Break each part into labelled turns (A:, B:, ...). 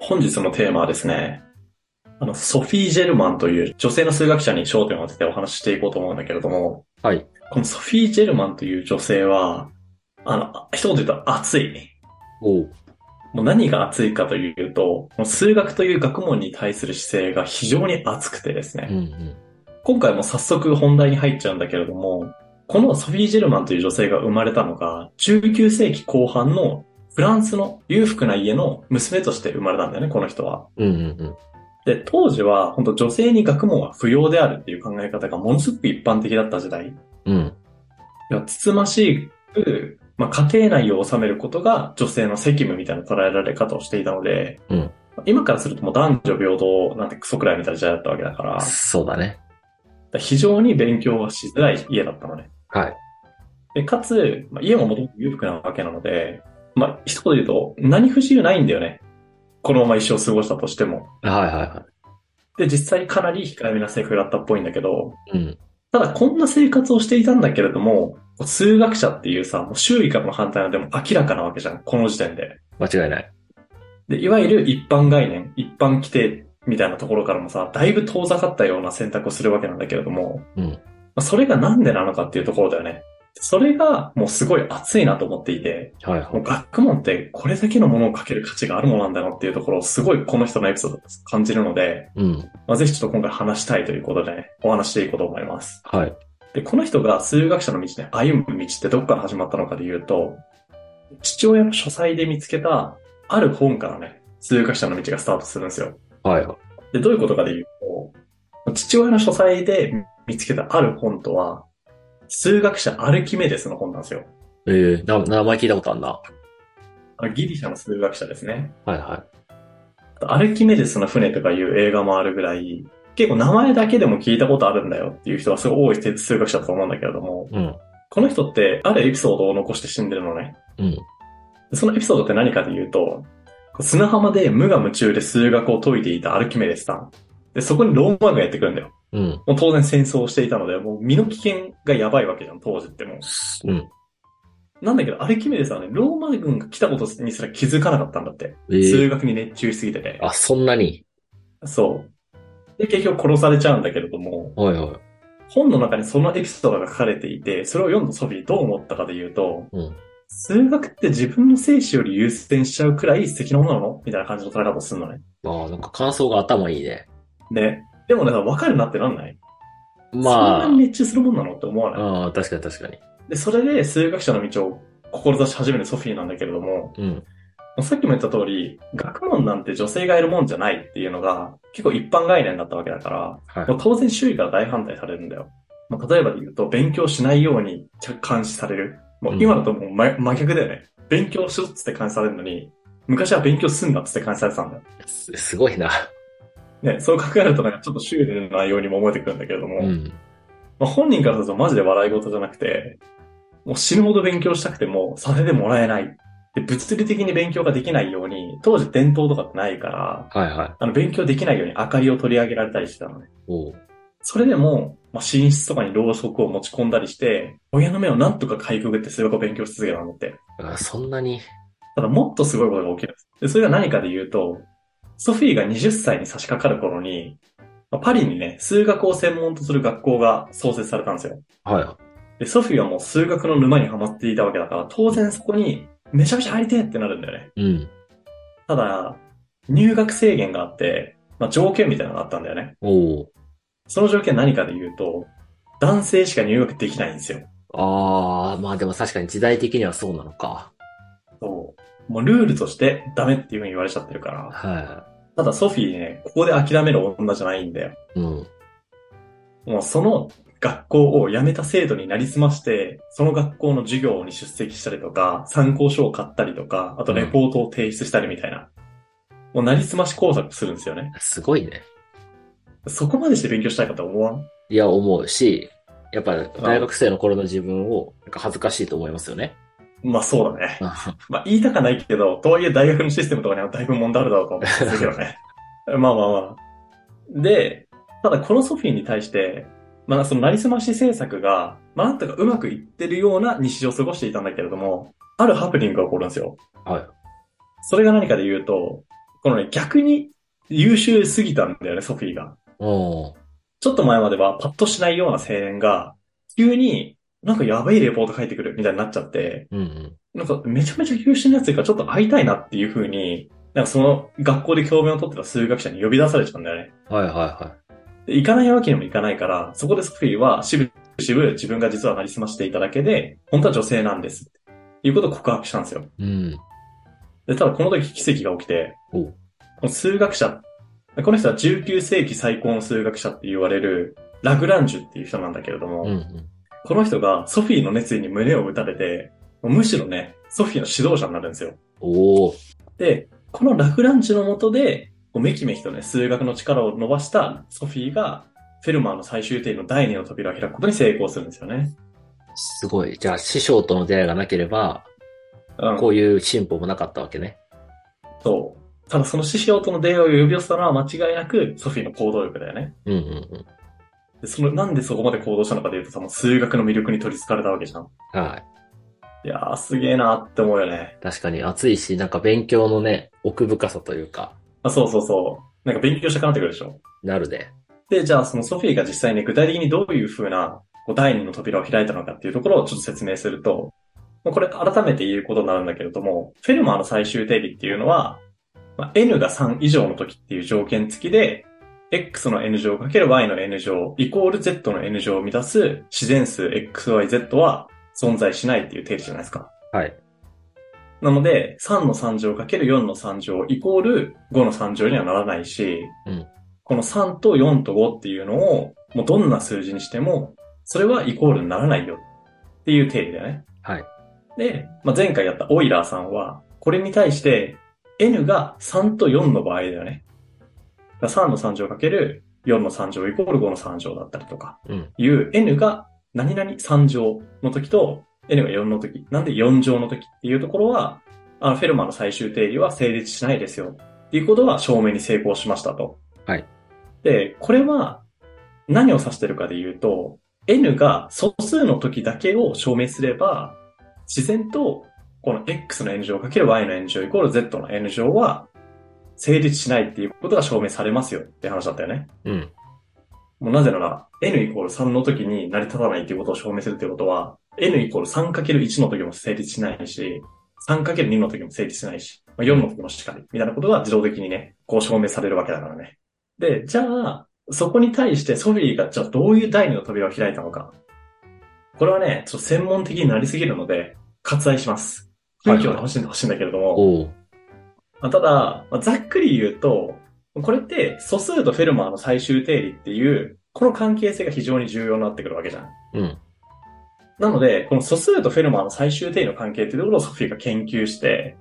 A: 本日のテーマはですね、あの、ソフィー・ジェルマンという女性の数学者に焦点を当ててお話ししていこうと思うんだけれども、
B: はい。
A: このソフィー・ジェルマンという女性は、あの、一言で言うと熱い。
B: おう。
A: もう何が熱いかというと、この数学という学問に対する姿勢が非常に熱くてですね、
B: うんうん。
A: 今回も早速本題に入っちゃうんだけれども、このソフィー・ジェルマンという女性が生まれたのが、19世紀後半のフランスの裕福な家の娘として生まれたんだよね、この人は。
B: うんうんうん。
A: で、当時は本当女性に学問は不要であるっていう考え方がものすごく一般的だった時代。
B: うん。
A: いやつつましく、まあ、家庭内を治めることが女性の責務みたいな捉えられ方をしていたので、
B: うん
A: 今からするともう男女平等なんてクソくらいみたいな時代だったわけだから、だか
B: そうだね。
A: ら非常に勉強はしづらい家だったのね。
B: はい。
A: で、かつ、まあ、家ももともと裕福なわけなので、まあ、一言で言うと、何不自由ないんだよね。このまま一生過ごしたとしても。
B: はいはいは
A: で、実際かなり控えめな性格だったっぽいんだけど、
B: い。うん。
A: ただこんな生活をしていたんだけれども、数学者っていうさ、もう周囲からの反対なんてもう明らかなわけじゃん、この時点で。
B: 間違いない。
A: で、いわゆる一般概念、一般規定みたいなところからもさ、だいぶ遠ざかったような選択をするわけなんだけれども、
B: うん
A: まあそれがなんでなのかっていうところだよね。それがもうすごい熱いなと思っていて、
B: はい
A: もう学問ってこれだけのものをかける価値があるものなんだなっていうところをすごいこの人のエピソードで感じるので、
B: い。うん。
A: まあ、ぜひちょっと今回話したいということで、ね、お話していこうと思います。
B: はい。
A: で、この人が数学者の道で歩む道ってどこから始まったのかで言うと、父親の書斎で見つけた、ある本からね、数学者の道がスタートするんですよ。
B: はいはい。
A: で、どういうことかで言うと、父親の書斎で見つけたある本とは、数学者アルキメデスの本なんですよ。
B: えー、な、名前聞いたことあるな。は
A: あのギリシャの数学者ですね。
B: いは
A: アルキメデスの船とかいう映画もあるぐらい、結構名前だけでも聞いたことあるんだよっていう人はすごい多い数学者だと思うんだけれども、
B: い。うん。
A: この人ってあるエピソードを残して死んでるのね。
B: うん。
A: そのエピソードって何かで言うと、砂浜で無我夢中で数学を解いていたアルキメデスさん。で、そこにローマ軍やってくるんだよ。
B: うん。
A: もう当然戦争をしていたので、もう身の危険がやばいわけじゃん、当時っても
B: うん。
A: う。なんだけど、アルキメデスはね、ローマ軍が来たことにすら気づかなかったんだって。
B: えー、
A: 数学に熱中しすぎてて。
B: あ、そんなに
A: そう。で、結局殺されちゃうんだけれども、
B: はいはい。
A: 本の中にそのエピソードが書かれていて、それを読んだソフィーどう思ったかで言うと、
B: うん
A: 数学って自分の生死より優先しちゃうくらい素敵なものなのみたいな感じの捉え方をするのね。
B: ああ、なんか感想が頭いいね。
A: ね。でもね、分かるなってなんない
B: ま
A: そんなに熱中するもんなのって思わな
B: あ、
A: い、
B: ああ、確かに確かに。
A: で、それで数学者の道を志し始めるソフィーなんだけれども、
B: うん。
A: さっきも言った通り、学問なんて女性がいるもんじゃないっていうのが、結構一般概念だったわけだから、
B: はい
A: もう。当然周囲から大反対されるんだよ。まあ、例えばで言うと、勉強しないように監視される。もう今だともう真,、真逆だよね。勉強しろっつって監視されるのに、昔は勉強すんなっつって監視されてたんだよ。
B: すすごいな。
A: ね、そう考えるとなんかちょっと周囲の内容にも思えてくるんだけれども、
B: うん。
A: まあ、本人からするとマジで笑い事じゃなくて、もう死ぬほど勉強したくてもさせてもらえない。で、物理的に勉強ができないように、当時伝統とかってないから、
B: はいはい。
A: あの、勉強できないように明かりを取り上げられたりしてたのね。
B: おう。
A: それでも、まあ、寝室とかにろうそくを持ち込んだりして、親の目をなんとかかいくぐって数学を勉強し続けたんだって。
B: あそんなに。
A: ただもっとすごいことが起きるんです。で、それが何かで言うと、ソフィーが20歳に差し掛かる頃に、まあパリにね、数学を専門とする学校が創設されたんですよ。
B: はいは
A: で、ソフィーはもう数学の沼にはまっていたわけだから、当然そこにめちゃめちゃ入りてえってなるんだよね。
B: い。うん。
A: ただ、入学制限があって、まあ、条件みたいなのがあったんだよね。
B: おう。
A: その条件何かで言うと、男性しか入学できないんですよ。
B: ああ、まあでも確かに時代的にはそうなのか。
A: そう。もうルールとしてダメっていう風に言われちゃってるから。
B: は
A: ただソフィーね、ここで諦める女じゃないんだよ。
B: い。うん。
A: もうその学校を辞めた生徒になりすまして、その学校の授業に出席したりとか、参考書を買ったりとか、あとレポートを提出したりみたいな。もうなりすまし工作するんですよね。
B: すごいね。
A: そこまでして勉強したいかと思わん
B: いや、思うし、やっぱ大学生の頃の自分をなんか恥ずかしいと思いますよね。
A: まあそうだね。
B: あ
A: まあ言いたかないけど、とはいえ大学のシステムとかにはだいぶ問題あるだろうと思うんですけどね。まあまあまあ。で、ただこのソフィーに対して、まあそのなりすまし政策が、まあなんとかうまくいってるような日常を過ごしていたんだけれども、あるハプニングが起こるんですよ。
B: はい。
A: それが何かで言うと、このね、逆に優秀すぎたんだよね、ソフィーが。
B: おー
A: ちょっと前まではパッとしないような青年が、急になんかやばいレポート書いてくるみたいになっちゃって、
B: うんうん。
A: なんかめちゃめちゃ優秀なやついるからちょっと会いたいなっていう風に、なんかその学校で教鞭を取ってた数学者に呼び出されちゃうんだよね。
B: はいはいは
A: で行かないわけにもいかないから、そこでソフィーはしぶしぶ自分が実はなりすましていただけで、本当は女性なんです。っていうことを告白したんですよ。
B: い。うん。
A: で、ただこの時奇跡が起きて、
B: お
A: この数学者、この人は19世紀最高の数学者って言われる、ラグランジュっていう人なんだけれども、
B: うんうん。
A: この人がソフィーの熱意に胸を打たれて、むしろね、ソフィーの指導者になるんですよ。
B: おー
A: で、このラフランジュの下で、こうめきめきとね、数学の力を伸ばしたソフィーが、フェルマーの最終定理の第二の扉を開くことに成功するんですよね。
B: すごい。じゃあ、師匠との出会いがなければ、
A: うん、
B: こういう進歩もなかったわけね。
A: そう。ただその師匠との出会いを呼び寄せたのは間違いなくソフィーの行動力だよね。
B: うんうんうん。
A: でその、なんでそこまで行動したのかというとさ、もう数学の魅力に取り憑かれたわけじゃん。
B: はい
A: やー、すげえなーって思うよね。
B: い。確かに暑いし、なんか勉強のね、奥深さというか、
A: あ、そうそうそう。なんか勉強したくなってくるでしょ。
B: なるね。
A: で、じゃあそのソフィーが実際に具体的にどういう風なこう第二の扉を開いたのかっていうところをちょっと説明すると、まあこれ改めて言うことになるんだけれども、フェルマーの最終定理っていうのは、まあ n が3以上の時っていう条件付きで、x の n 乗かける y の n 乗イコール z の n 乗を満たす自然数 xyz は存在しないっていう定理じゃないですか。
B: はい。
A: なので、3の3乗かける4の3乗イコール5の3乗にはならないし、
B: うん
A: この3と4と5っていうのを、もうどんな数字にしても、それはイコールにならないよっていう定理だよね。
B: はい。
A: で、まあ、前回やったオイラーさんは、これに対して、n が3と4の場合だよね。だから3の3乗かける4の3乗イコール5の3乗だったりとか、
B: うん。
A: いう n が何々3乗の時と n が4の時、なんで4乗の時っていうところは、あのフェルマーの最終定理は成立しないですよ。っていうことは証明に成功しましたと。
B: はい。
A: で、これは何を指してるかで言うと、n が素数の時だけを証明すれば、自然とこの x の n 乗かける y の n 乗イコール z の n 乗は成立しないっていうことが証明されますよって話だったよね。
B: うん。
A: もうなぜなら、n イコール3の時に成り立たないということを証明するということは、n イコール 3×1 の時も成立しないし、3×2 の時も成立しないし、まあ4の時もしっかり、みたいなことが自動的にね、こう証明されるわけだからね。で、じゃあ、そこに対してソフィーが、じゃあどういう第二の扉を開いたのか。これはね、ちょっと専門的になりすぎるので、割愛します。
B: はい
A: 雰囲気を楽しんでほしいんだけれども、
B: おー
A: まあ、ただ、まあ、ざっくり言うと、これって素数とフェルマーの最終定理っていう、この関係性が非常に重要になってくるわけじゃん。
B: うん。
A: なので、この素数とフェルマーの最終定理の関係っていうところをソフィーが研究して、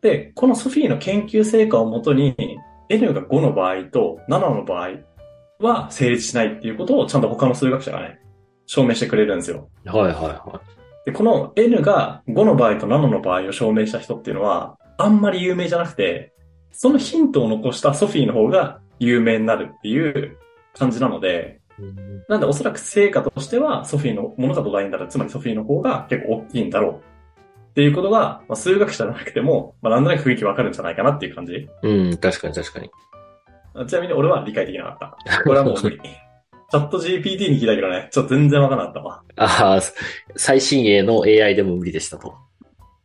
A: で、このソフィーの研究成果をもとに、N が5の場合と7の場合は成立しないっていうことをちゃんと他の数学者がね、証明してくれるんですよ。
B: はいはいは
A: で、この N が5の場合と7の場合を証明した人っていうのは、あんまり有名じゃなくて、そのヒントを残したソフィーの方が有名になるっていう感じなので、
B: い。うん
A: なんでおそらく成果としてはソフィーのものが土台になる、つまりソフィーの方が結構大きいんだろう。っていうことが、まあ、数学者じゃなくても、まあ、なんとなく雰囲気わかるんじゃないかなっていう感じ。
B: うん、確かに確かに。
A: あちなみに俺は理解できなかった。これ はもう無理。チャット GPT に聞いたけどね、ちょっと全然わからなかったわ。
B: ああ、最新鋭の AI でも無理でしたと。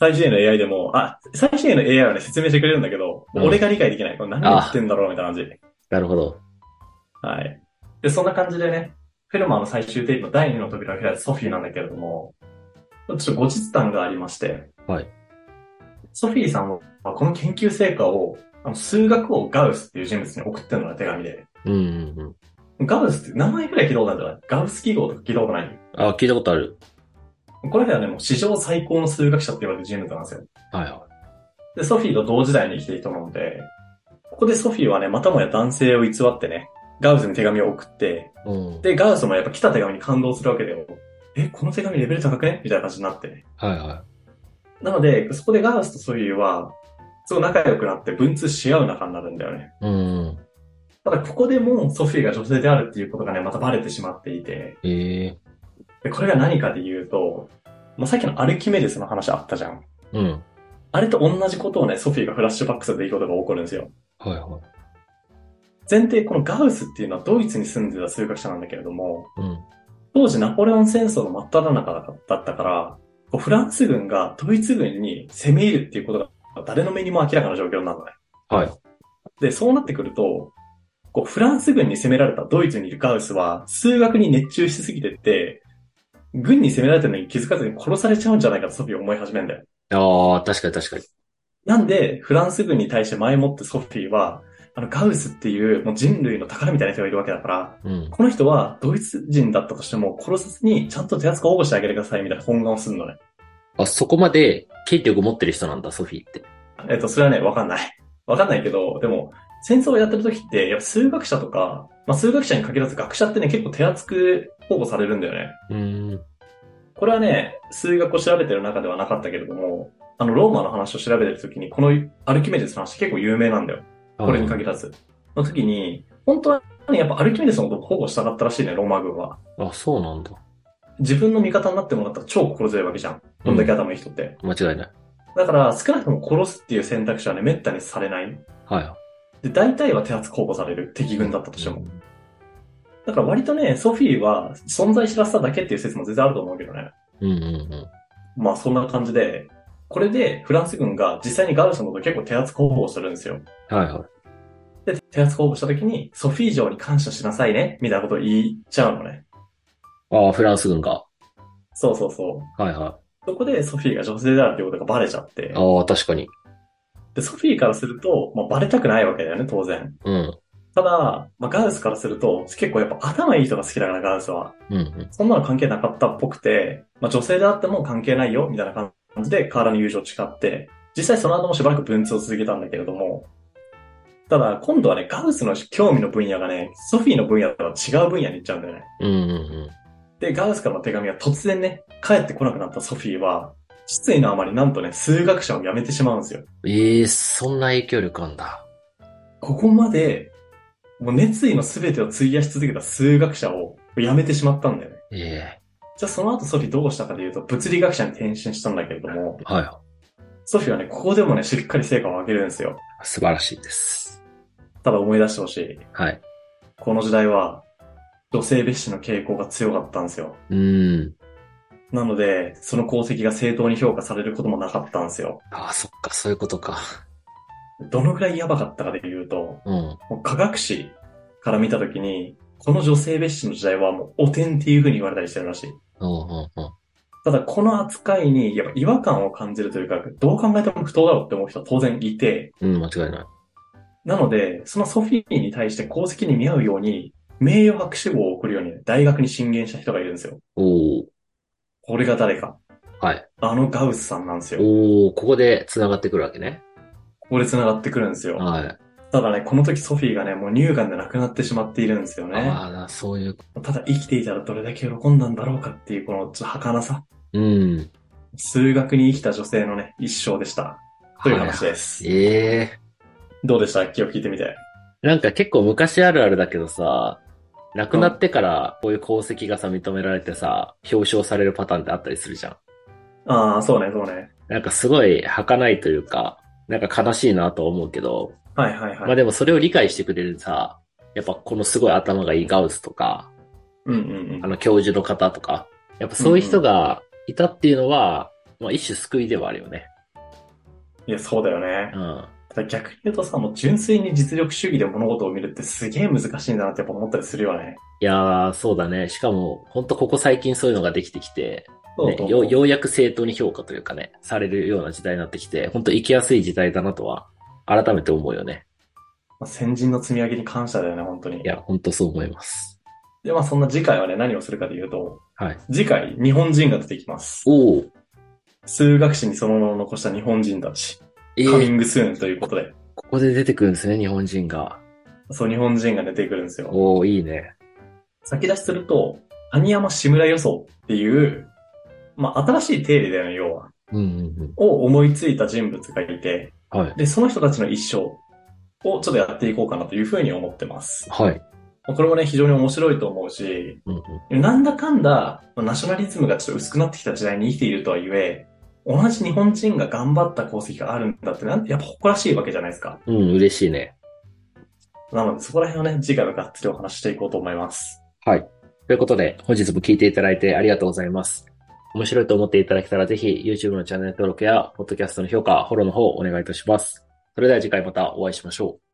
A: 最新鋭の AI でも、あ、最新鋭の AI はね、説明してくれるんだけど、
B: うん
A: 俺が理解できない。これ何言ってんだろうみたいな感じ。
B: なるほど。
A: はい。で、そんな感じでね、フェルマーの最終定理の第二の扉を開いたソフィーなんだけれども、ちょっと後日談がありまして、
B: はい。
A: ソフィーさんはこの研究成果を、あの数学王ガウスっていう人物に送ってるのが手紙で、
B: うんうんうん。
A: ガウスって名前くらい聞いたことあるんじゃないガウス記号とか聞いたことない
B: ああ、聞いたことある。
A: この人はね、もう史上最高の数学者って言われる人物なんですよ。
B: はいは
A: で、ソフィーと同時代に生きている人なので、ここでソフィーはね、またもや男性を偽ってね、ガウスに手紙を送って、
B: い。うん。
A: で、ガウスもやっぱ来た手紙に感動するわけだよ。え、この手紙レベル高くねみたいな感じになって。
B: はいは
A: なので、そこでガウスとソフィーは、すごい仲良くなって文通し合う仲になるんだよね。
B: い。うん。
A: ただ、ここでもうソフィーが女性であるっていうことがね、またバレてしまっていて、
B: ええ
A: でこれが何かで言うと、まあ、さっきのアルキメデスの話あったじゃん。
B: うん。
A: あれと同じことをね、ソフィーがフラッシュバックする出来事が起こるんですよ。
B: はいは
A: 前提、このガウスっていうのはドイツに住んでた数学者なんだけれども、
B: い。うん。
A: 当時ナポレオン戦争の真っ只中だったから、こうフランス軍がドイツ軍に攻め入るっていうことが誰の目にも明らかな状況なのね。
B: はい。
A: で、そうなってくると、こうフランス軍に攻められたドイツにいるガウスは、数学に熱中しすぎてって、軍に攻められてるのに気づかずに殺されちゃうんじゃないかとソフィーは思い始めるんだよ。
B: ああ、確かに確かに。
A: なんで、フランス軍に対して前もってソフィーは、あの、ガウスっていう、もう人類の宝みたいな人がいるわけだから、
B: うん。
A: この人はドイツ人だったとしても、殺さずにちゃんと手厚く保護してあげてください、みたいな懇願をするのね。
B: あ、そこまで、権力持ってる人なんだ、ソフィーって。
A: えっと、それはね、わかんない。 わかんないけど、でも、戦争をやってる時って、やっぱ数学者とか、まあ、数学者に限らず学者ってね、結構手厚く保護されるんだよね。
B: うーん。
A: これはね、数学を調べてる中ではなかったけれども、あの、ローマの話を調べてる時に、このアルキメデスの話結構有名なんだよ。これに限らず。の時に、本当はね、やっぱアルキメデスのことを保護したかったらしいね、ローマ軍は。
B: あ、そうなんだ。
A: 自分の味方になってもらったら超心強いわけじゃん。どんだけ頭いい人って。
B: 間違いない。
A: だから、少なくとも殺すっていう選択肢はね、滅多にされない。
B: は
A: で、大体は手厚く保護される。敵軍だったと
B: い。
A: しても。だから割とね、ソフィーは存在知らせただけっていう説も全然あると思うけどね。
B: うんうんうん。
A: まあそんな感じで、これでフランス軍が実際にガウスのことを結構手厚く保護するんですよ。
B: はいはい。
A: で、手厚く保護した時に、ソフィー城に感謝しなさいね、みたいなことを言っちゃうのね。
B: ああ、フランス軍が。
A: そうそうそう。
B: はいは
A: そこでソフィーが女性であるということがバレちゃって
B: い。、ああ、確かに。
A: で、ソフィーからすると、まあ、バレたくないわけだよね、当然。
B: うん。
A: ただ、まあ、ガウスからすると、結構やっぱ頭いい人が好きだから、ガウスは。
B: うんうん。
A: そんなの関係なかったっぽくて、まあ、女性であっても関係ないよ、みたいな感じで、河原の友情を誓って、実際その後もしばらく文通を続けたんだけれども、ただ、今度はね、ガウスの興味の分野がね、ソフィーの分野とは違う分野に行っちゃうんだよね。
B: うんうん
A: で、ガウスからの手紙が突然ね、帰ってこなくなったソフィーは、失意のあまりなんとね、数学者を辞めてしまうんですよ。
B: うん。ええそんな影響力あんだ。
A: ここまで、もう熱意の全てを費やし続けた数学者を辞めてしまったんだよね。
B: ええ
A: じゃあその後ソフィーどうしたかというと、物理学者に転身したんだけれども、
B: はいは
A: ソフィーはね、ここでもね、しっかり成果を上げるんですよ。
B: い。素晴らしいです。
A: ただ思い出してほしい。
B: はい。
A: この時代は、女性蔑視の傾向が強かったんですよ。
B: うーん。
A: なので、その功績が正当に評価されることもなかったんですよ。
B: ああ、そっか、そういうことか。
A: どのくらいやばかったかで言うと、
B: うん。
A: もう科学史から見たときに、この女性蔑視の時代はもう汚点っていう風に言われたりしてるらしい。
B: うんうんうん。
A: ただこの扱いにやっぱ違和感を感じるというか、どう考えても不当だろうって思う人は当然いて、
B: うん、間違いない。
A: なので、そのソフィーに対して功績に見合うように、名誉博士号を送るようにね大学に進言した人がいるんですよ。
B: おお
A: これが誰か。
B: はい。
A: あのガウスさんなんですよ。
B: おおここで繋がってくるわけね。
A: ここで繋がってくるんですよ。
B: はい。
A: ただね、この時ソフィーがね、もう乳がんで亡くなってしまっているんですよね。
B: ああ、そういう。
A: ただ生きていたらどれだけ喜んだんだろうかっていう、このちょっと儚さ。
B: うん。
A: 数学に生きた女性のね、一生でした。という話です。
B: ええ
A: どうでした今日聞いてみて。
B: なんか結構昔あるあるだけどさ、亡くなってからこういう功績がさ、認められてさ、表彰されるパターンってあったりするじゃん。
A: ああ、そうね、そうね。
B: なんかすごい儚いというか、なんか悲しいなとは思うけど、
A: はいはい
B: ま
A: は
B: あ
A: い。
B: でもそれを理解してくれるさ、やっぱこのすごい頭がいいガウスとか、
A: うんうん
B: あの教授の方とか、やっぱそういう人がいたっていうのは、まあ一種救いではあるよね。
A: いや、そうだよね
B: う。ん。
A: ただ逆に言うとさ、もう純粋に実力主義で物事を見るってすげえ難しいんだなってやっぱ思ったりするよね。
B: いやー、そうだね。しかも、ほんとここ最近そういうのができてきて、
A: そう
B: ね
A: そう
B: よようやく正当に評価というかね、されるような時代になってきて、ほんと生きやすい時代だなとは、改めて思うよね。
A: まあ先人の積み上げに感謝だよね、本当に
B: い。や、ほんとそう思います。
A: で、まあそんな次回はね、何をするかというと、
B: はい。
A: 次回、日本人が出てきます。
B: おー、
A: 数学史にその名を残した日本人たち。
B: え
A: カミ
B: ー、
A: ングスーンということで、
B: ここで出てくるんですね、日本人が。
A: そう、日本人が出てくるんですよ。
B: おー、いいね。
A: 先出しすると、谷山志村予想っていう、まあ、新しい定理だよね、要は。
B: うんうん
A: を思いついた人物がいて、
B: うん。はい。
A: で、その人たちの一生をちょっとやっていこうかなというふうに思ってます。
B: はい。
A: これもね、非常に面白いと思うし、
B: うんうん。
A: なんだかんだ、まあナショナリズムがちょっと薄くなってきた時代に生きているとはいえ、同じ日本人が頑張った功績があるんだって、なんて、やっぱ誇らしいわけじゃないですか。
B: うん、嬉しいね。
A: なので、そこら辺をね、次回はがっつりお話ししていこうと思います。
B: はい。ということで、本日も聞いていただいてありがとうございます。面白いと思っていただけたら、ぜひ YouTube のチャンネル登録や、ポッドキャストの評価、フォローの方お願いいたします。それでは次回またお会いしましょう。